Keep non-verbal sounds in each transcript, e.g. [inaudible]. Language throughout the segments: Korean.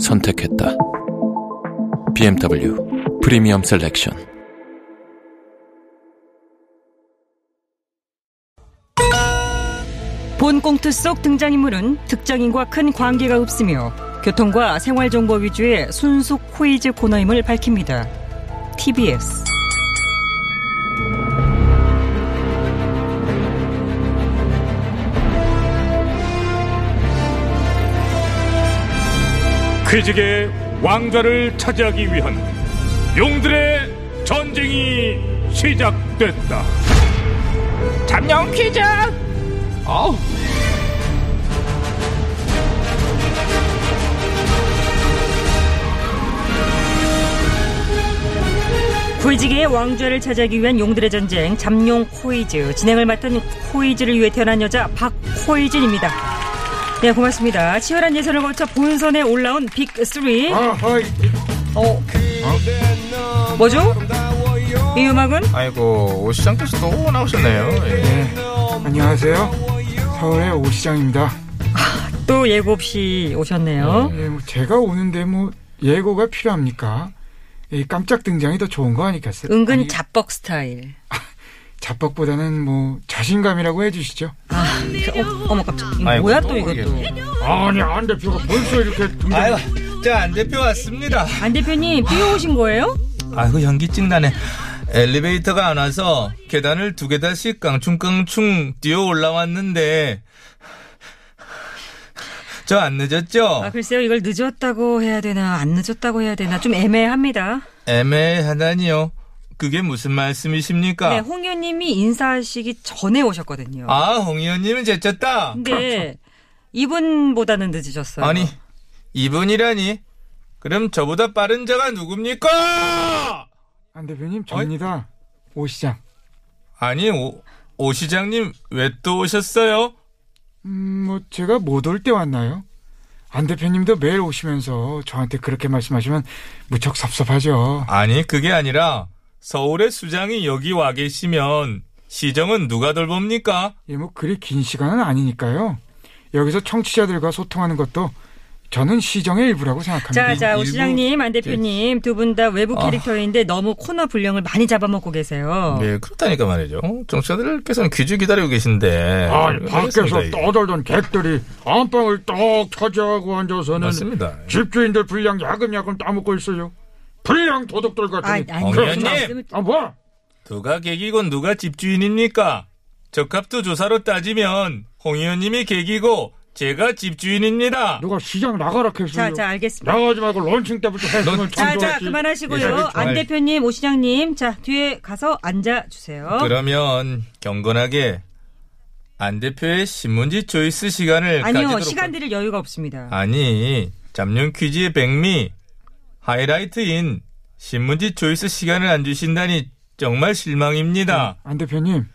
선택했다. BMW 프리미엄 셀렉션. 본 꽁트 속 등장인물은 특정인과 큰 관계가 없으며 교통과 생활정보 위주의 순수 코이즈 코너임을 밝힙니다. TBS. 퀴즈계의 왕좌를 차지하기 위한 용들의 전쟁이 시작됐다. 잠룡 퀴즈! 어우. 코이즈계의 왕좌를 차지하기 위한 용들의 전쟁 잠룡 코이즈 진행을 맡은 코이즈를 위해 태어난 여자 박코이즈입니다. 네 고맙습니다. 치열한 예선을 거쳐 본선에 올라온 빅3 어, 뭐죠? 이 음악은? 아이고 오시장께서 또 나오셨네요. 예. 안녕하세요. 서울의 오 시장입니다. 또 예고 없이 오셨네요. 예, 뭐 제가 오는데 뭐 예고가 필요합니까? 이 깜짝 등장이 더 좋은 거 아니겠어요? 은근 아니, 잡벅 스타일. 자뻑보다는 뭐 자신감이라고 해주시죠. 아, 그, 어, 어머 깜짝. 이거 아이고, 뭐야 또 또 이것도. 이게. 아니 안 대표가 벌써 이렇게 등장. 아이고 자안 대표 왔습니다. 안 대표님 뛰어오신 거예요? 아이고 연기증 나네. 엘리베이터가 안 와서 계단을 두 계단씩 깡충깡충 뛰어 올라왔는데 저 안 늦었죠? 아 글쎄요 이걸 늦었다고 해야 되나 안 늦었다고 해야 되나 좀 애매합니다. 애매하다니요. 그게 무슨 말씀이십니까? 네, 홍 의원님이 인사하시기 전에 오셨거든요. 아 홍 의원님은 제쳤다. 근데 이분보다는 늦으셨어요. 아니 이분이라니. 그럼 저보다 빠른 자가 누굽니까? 안 대표님 접니다. 오 시장. 아니 오, 오 시장님 왜 또 오셨어요? 음, 뭐 제가 못 올 때 왔나요? 안 대표님도 매일 오시면서 저한테 그렇게 말씀하시면 무척 섭섭하죠. 아니 그게 아니라 서울의 수장이 여기 와 계시면 시정은 누가 돌봅니까? 예, 뭐 그리 긴 시간은 아니니까요. 여기서 청취자들과 소통하는 것도 저는 시정의 일부라고 생각합니다. 자, 자, 오 일부- 예. 아. 시장님, 안 대표님 두 분 다 외부 캐릭터인데 너무 코너 분량을 많이 잡아먹고 어. 계세요. 네 그렇다니까 말이죠. 정치자들께서는 퀴즈 기다리고 계신데 아니, 밖에서 그렇습니다, 예, 이게. 떠돌던 객들이 안방을 떡 차지하고 앉아서는 맞습니다. 예. 집주인들 분량 야금야금 따먹고 있어요. 분량 도둑들 같으니. 아니, 아니, 어, 의원님! 말씀을- 아, 뭐? 누가 객이건 누가 집주인입니까? 적합도 조사로 따지면 홍 의원님이 객이고 제가 집주인입니다. 누가 시장 나가라 했어요. 자, 자, 알겠습니다. 나가지 말고 런칭 때부터 했으면 런- 자, 참 자, 좋았지. 예, 저기 그만하시고요. 좋아요. 안 대표님, 오 시장님, 자, 뒤에 가서 앉아주세요. 그러면 경건하게 안 대표의 신문지 조이스 시간을 아니요, 가지도록 시간 드릴 여유가 없습니다. 아니, 잡룡 퀴즈의 백미, 하이라이트인 신문지 조이스 시간을 안 주신다니 정말 음. 실망입니다. 안 대표님,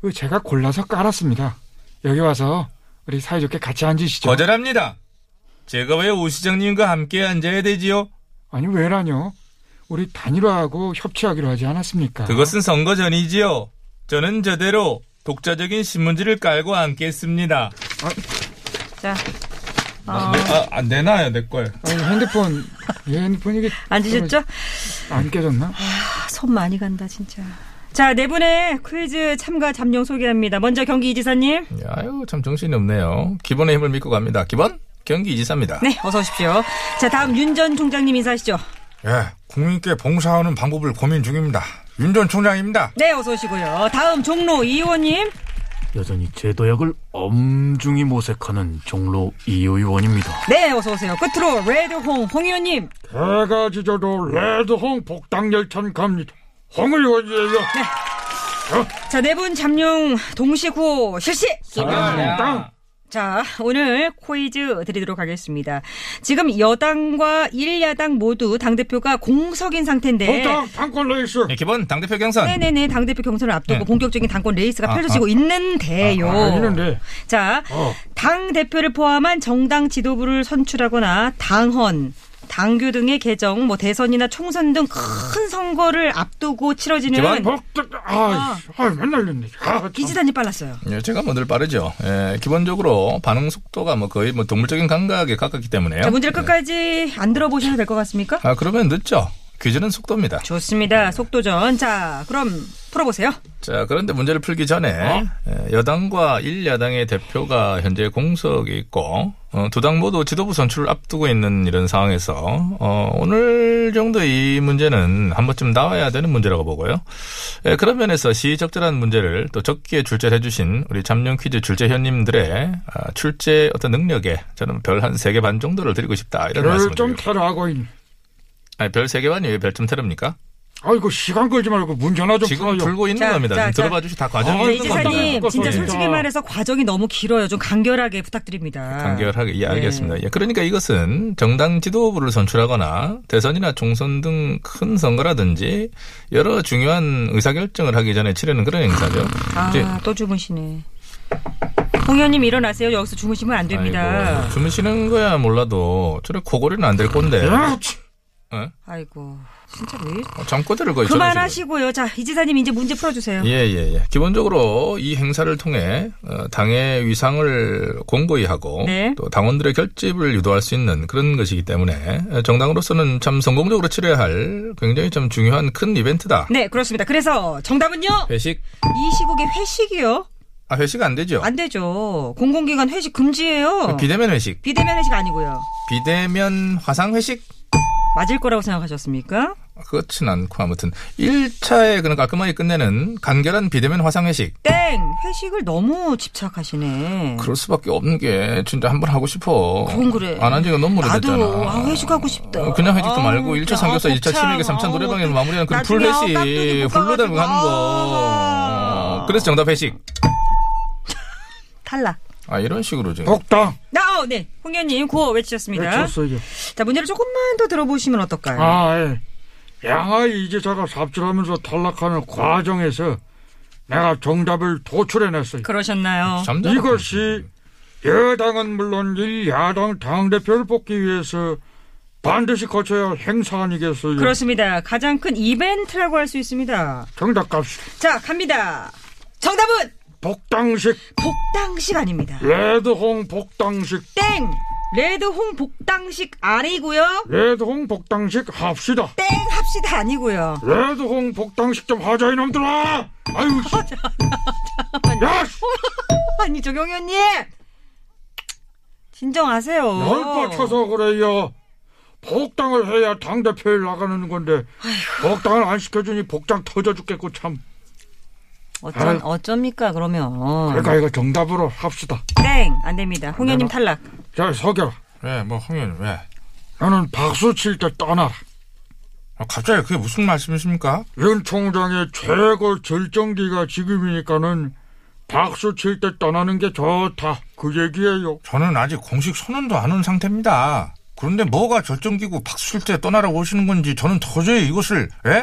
그 제가 골라서 깔았습니다. 여기 와서 우리 사이좋게 같이 앉으시죠. 거절합니다. 제가 왜 오 시장님과 함께 앉아야 되지요? 아니, 왜라뇨? 우리 단일화하고 협치하기로 하지 않았습니까? 그것은 선거 전이지요. 저는 저대로 독자적인 신문지를 깔고 앉겠습니다. 자, 아, 내, 아, 아, 내놔요, 내 거예요. 아니, 핸드폰, 예, 핸드폰 이게. 앉으셨죠? 안 깨졌나? 아, 손 많이 간다, 진짜. 자, 네 분의 퀴즈 참가 잠룡 소개합니다. 먼저 경기 이지사님. 예, 아유, 참 정신이 없네요. 기본의 힘을 믿고 갑니다. 기본? 경기 이지사입니다. 네, [laughs] 어서 오십시오. 자, 다음 윤 전 총장님 인사하시죠. 예, 국민께 봉사하는 방법을 고민 중입니다. 윤 전 총장입니다. 네, 어서 오시고요. 다음 종로 이 의원님. 여전히 제도약을 엄중히 모색하는 종로 이호 의원입니다. 네, 어서 오세요. 끝으로 레드홍 홍 의원님. 네 배가 지저도 레드홍 복당열차는 갑니다. 홍 의원이에요. 자, 네 분 잠룡 동시 구호 실시. 땅. 자, 오늘 코이즈 드리도록 하겠습니다. 지금 여당과 1야당 모두 당대표가 공석인 어, 상태인데. 보통 방권 레이스. 네, 기본 당대표 경선. 네네네 당대표 경선을 앞두고 네. 본격적인 당권 레이스가 아, 펼쳐지고 있는데요. 아, 아니는데. 자, 당 대표를 포함한 정당 지도부를 선출하거나 당헌, 당규 등의 개정, 뭐 대선이나 총선 등 큰 선거를 앞두고 치러지는 기본 복덕. 아, 아, 맨날 이랬네. 아, 이 참. 지단이 빨랐어요. 예, 제가 뭐늘 빠르죠. 예, 기본적으로 반응 속도가 뭐 거의 뭐 동물적인 감각에 가깝기 때문에요. 자, 문제를 끝까지 안 들어보셔도 될 것 같습니까? 아, 그러면 늦죠. 규제는 속도입니다. 좋습니다. 속도전. 자, 그럼 풀어보세요. 자, 그런데 문제를 풀기 전에 어? 예, 여당과 일야당의 대표가 현재 공석이 있고 어, 두 당 모두 지도부 선출을 앞두고 있는 이런 상황에서 어, 오늘 정도 이 문제는 한 번쯤 나와야 되는 문제라고 보고요. 예, 그런 면에서 시의적절한 문제를 또 적기에 출제를 해주신 우리 잠룡 퀴즈 출제현님들의 아, 출제 어떤 능력에 저는 별 한 세 개 반 정도를 드리고 싶다 이런 네, 말씀을 열좀 드립니다. 테러하고 있네. 아니, 별 세 개 반이 왜 별점 테럽니까? 아이고 시간 걸지 말고 문제나 좀 지금 풀어요. 풀고 있는 자, 겁니다. 자, 좀 자. 들어봐 주시 다 과정이 어, 네, 있는 이 겁니다. 지사님, 진짜 네. 솔직히 말해서 과정이 너무 길어요. 좀 간결하게 부탁드립니다. 간결하게 네. 예, 알겠습니다. 예, 그러니까 이것은 정당 지도부를 선출하거나 대선이나 총선 등 큰 선거라든지 여러 중요한 의사결정을 하기 전에 치르는 그런 행사죠. 이제- 아, 또 주무시네. 홍 의원님 일어나세요. 여기서 주무시면 안 됩니다. 아이고, 주무시는 거야 몰라도 저래 코골이는 안 될 건데 예? 야, 참. 아이고, 진짜 왜? 어, 잠꼬대를 거의 그만하시고요. 자, 이지사님 이제 문제 풀어주세요. 예예예. 기본적으로 이 행사를 통해 어, 당의 위상을 공고히 하고 네. 또 당원들의 결집을 유도할 수 있는 그런 것이기 때문에 정당으로서는 참 성공적으로 치러야 할 굉장히 참 중요한 큰 이벤트다. 네, 그렇습니다. 그래서 정답은요. 회식 이 시국에 회식이요? 아 회식 안 되죠. 안 되죠. 공공기관 회식 금지예요. 비대면 회식, 비대면 회식 아니고요. 비대면 화상 회식 맞을 거라고 생각하셨습니까? 그렇진 않고 아무튼 1차에 그런 깔끔하게 끝내는 간결한 비대면 화상 회식 땡! 회식을 너무 집착하시네. 그럴 수밖에 없는 게 진짜 한번 하고 싶어. 그건 그래. 안 한 지가 너무 오래됐잖아. 나도 아, 회식하고 싶다. 어, 그냥 회식도 아우, 말고 1차 아, 삼겹살, 2차 곱창. 치맥에 3차 아우, 노래방에서 또 마무리하는 그런 나중에 어, 아우, 깍두기 풀회식 홀로 볶아가지고. 달고 하는 거. 아. 그래서 정답 회식. 탈락. 아 이런 식으로 지금. 복당. 나, 어, 네. 홍 의원님, 구호 외치셨습니다. 외쳤어요. 자, 문제를 조금만 더 들어보시면 어떨까요? 네, 아, 예. 양아이 이지사가 삽질하면서 탈락하는 과정에서 내가 정답을 도출해냈어요. 그러셨나요? 잠자는 이것이 여당은 물론 일야당 당대표를 뽑기 위해서 반드시 거쳐야 할 행사 아니겠어요? 그렇습니다. 가장 큰 이벤트라고 할 수 있습니다. 정답값이 자, 갑니다. 정답은 복당식 복당식 아닙니다. 레드홍 복당식 땡! 레드홍 복당식 아니고요. 레드홍 복당식 합시다. 땡! 합시다 아니고요. 레드홍 복당식 좀 하자 이놈들아! 아유 씨. 야! 씨. 아니, 조경 의원님! 진정하세요. 넓어 쳐서 그래요. 복당을 해야 당대표에 나가는 건데 복당을 안 시켜주니 복장 터져 죽겠고 참. 어쩜, 어쩝니까, 그러면. 그러니까 이거 정답으로 합시다. 땡! 안 됩니다. 홍 의원님 탈락. 자 석열아 왜, 뭐, 홍현, 왜? 너는 박수 칠 때 떠나라. 아, 갑자기 그게 무슨 말씀이십니까? 윤 총장의 최고 절정기가 지금이니까는 박수 칠 때 떠나는 게 좋다. 그 얘기예요. 저는 아직 공식 선언도 안 온 상태입니다. 그런데 뭐가 결정기고 박수칠 때 떠나라고 하시는 건지 저는 도저히 이것을, 예?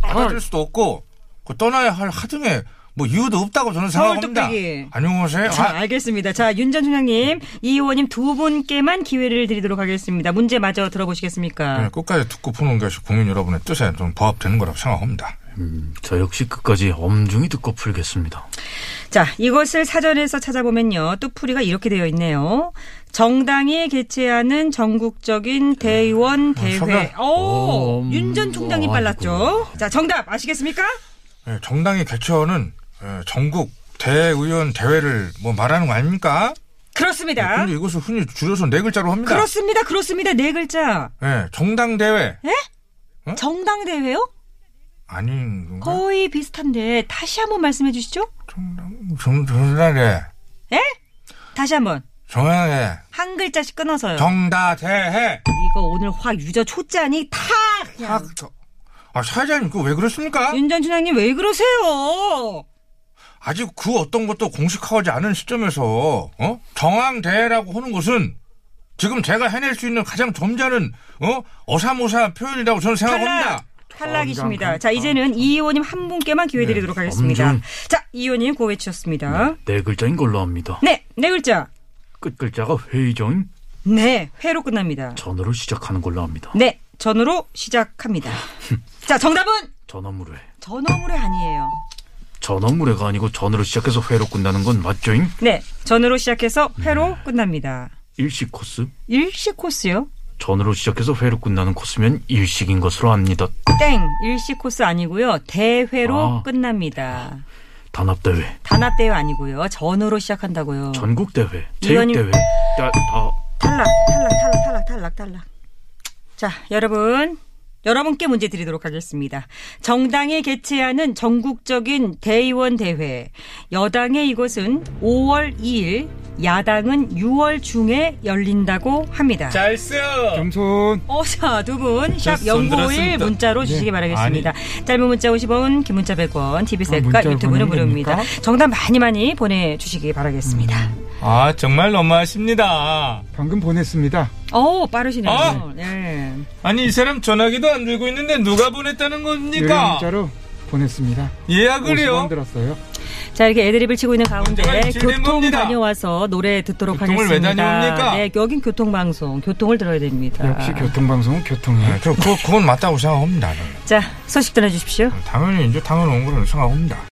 받아들일 수도 없고, 그 떠나야 할 하등의 뭐 이유도 없다고 저는 서울 생각합니다. 뚝배기. 안녕하세요. 자, 아, 알겠습니다. 자, 윤 전 총장님, 이 의원님 두 분께만 기회를 드리도록 하겠습니다. 문제 마저 들어보시겠습니까? 네. 예, 끝까지 듣고 푸는 것이 국민 여러분의 뜻에 좀 부합되는 거라고 생각합니다. 음, 저 역시 끝까지 엄중히 듣고 풀겠습니다. 자, 이것을 사전에서 찾아보면요. 뜻풀이가 이렇게 되어 있네요. 정당이 개최하는 전국적인 대의원 대회. 서명. 오, 음, 윤 전 총장님 아이고. 빨랐죠? 자, 정답 아시겠습니까? 예, 정당의 개최원은 예, 전국 대의원 대회를 뭐 말하는 거 아닙니까? 네, 그렇습니다. 근데 이것을 흔히 줄여서 네 글자로 합니다. 그렇습니다. 그렇습니다. 네 글자. 예, 정당 대회 정당 대회요? 아닌 네. 건가? 거의 비슷한데 다시 한번 말씀해 주시죠. 네? 정, 정당대 다시 한번. 정당대 한 글자씩 끊어서요. 정다대회 이거 오늘 화 유저 초짜니 탁! 아, 그렇죠. 예? 저- 아 사장님 그거 왜 그러십니까? 윤 전 총장님 왜 그러세요? 아직 그 어떤 것도 공식화하지 않은 시점에서 어? 정황대회라고 하는 것은 지금 제가 해낼 수 있는 가장 점잖은 어? 어사모사 표현이라고 저는 생각합니다. 탈락! 탈락이십니다. 자, 이제는 이 의원님 한 분께만 기회 드리도록 하겠습니다. 네, 엄중. 자, 이 의원님 고해 주셨습니다. 네 글자인 걸로 합니다. 네, 네 글자. 끝 글자가 회의적인 네, 회로 끝납니다. 전으로 시작하는 걸로 합니다. 네, 전으로 [laughs] 시작합니다. 자, 정답은 전어물회. 전어물회 아니에요. 전어물회가 아니고 전으로 시작해서 회로 끝나는 건 맞죠잉? 네, 전으로 시작해서 네. 회로 끝납니다. 일식 코스. 일식 코스요? 전으로 시작해서 회로 끝나는 코스면 일식인 것으로 압니다. 땡, 일식 코스 아니고요. 대회로 아. 끝납니다. 단합대회, 단합대회 아니고요. 전으로 시작한다고요. 전국대회, 이거는- 체육대회. 다, 다 탈락, 탈락, 탈락, 탈락, 탈락, 탈락. 자, 여러분. 여러분께 문제 드리도록 하겠습니다. 정당이 개최하는 전국적인 대의원 대회. 여당의 이것은 5월 2일, 야당은 6월 중에 열린다고 합니다. 잘 써. 겸손. 어, 자, 두 분, 샵 됐어, 051 들었습니다. 네. 문자로 주시기 바라겠습니다. 짧은 문자 50원, 긴 문자 100원, 아, TV셀과 문자를 유튜브는 보내면 무료입니다. 됩니까? 정답 많이 많이 보내주시기 바라겠습니다. 아 정말 너무하십니다. 방금 보냈습니다. 어 빠르시네요. 아! 예. 아니 이 사람 전화기도 안 들고 있는데 누가 보냈다는 유료 겁니까? 문자로 보냈습니다. 50원 예약을요. 예, 들었어요. 자 이렇게 애드립을 치고 있는 문제가 가운데 제기된 교통 겁니다. 다녀와서 노래 듣도록 교통을 왜 하겠습니다. 다녀옵니까? 네, 여긴 교통방송, 교통을 들어야 됩니다. 역시 교통방송은 네, 교통이에요. 저, 그, 그건 맞다고 생각합니다. 저는. 자 소식 전해주십시오. 당연히 이제 당연한 거라고 생각합니다.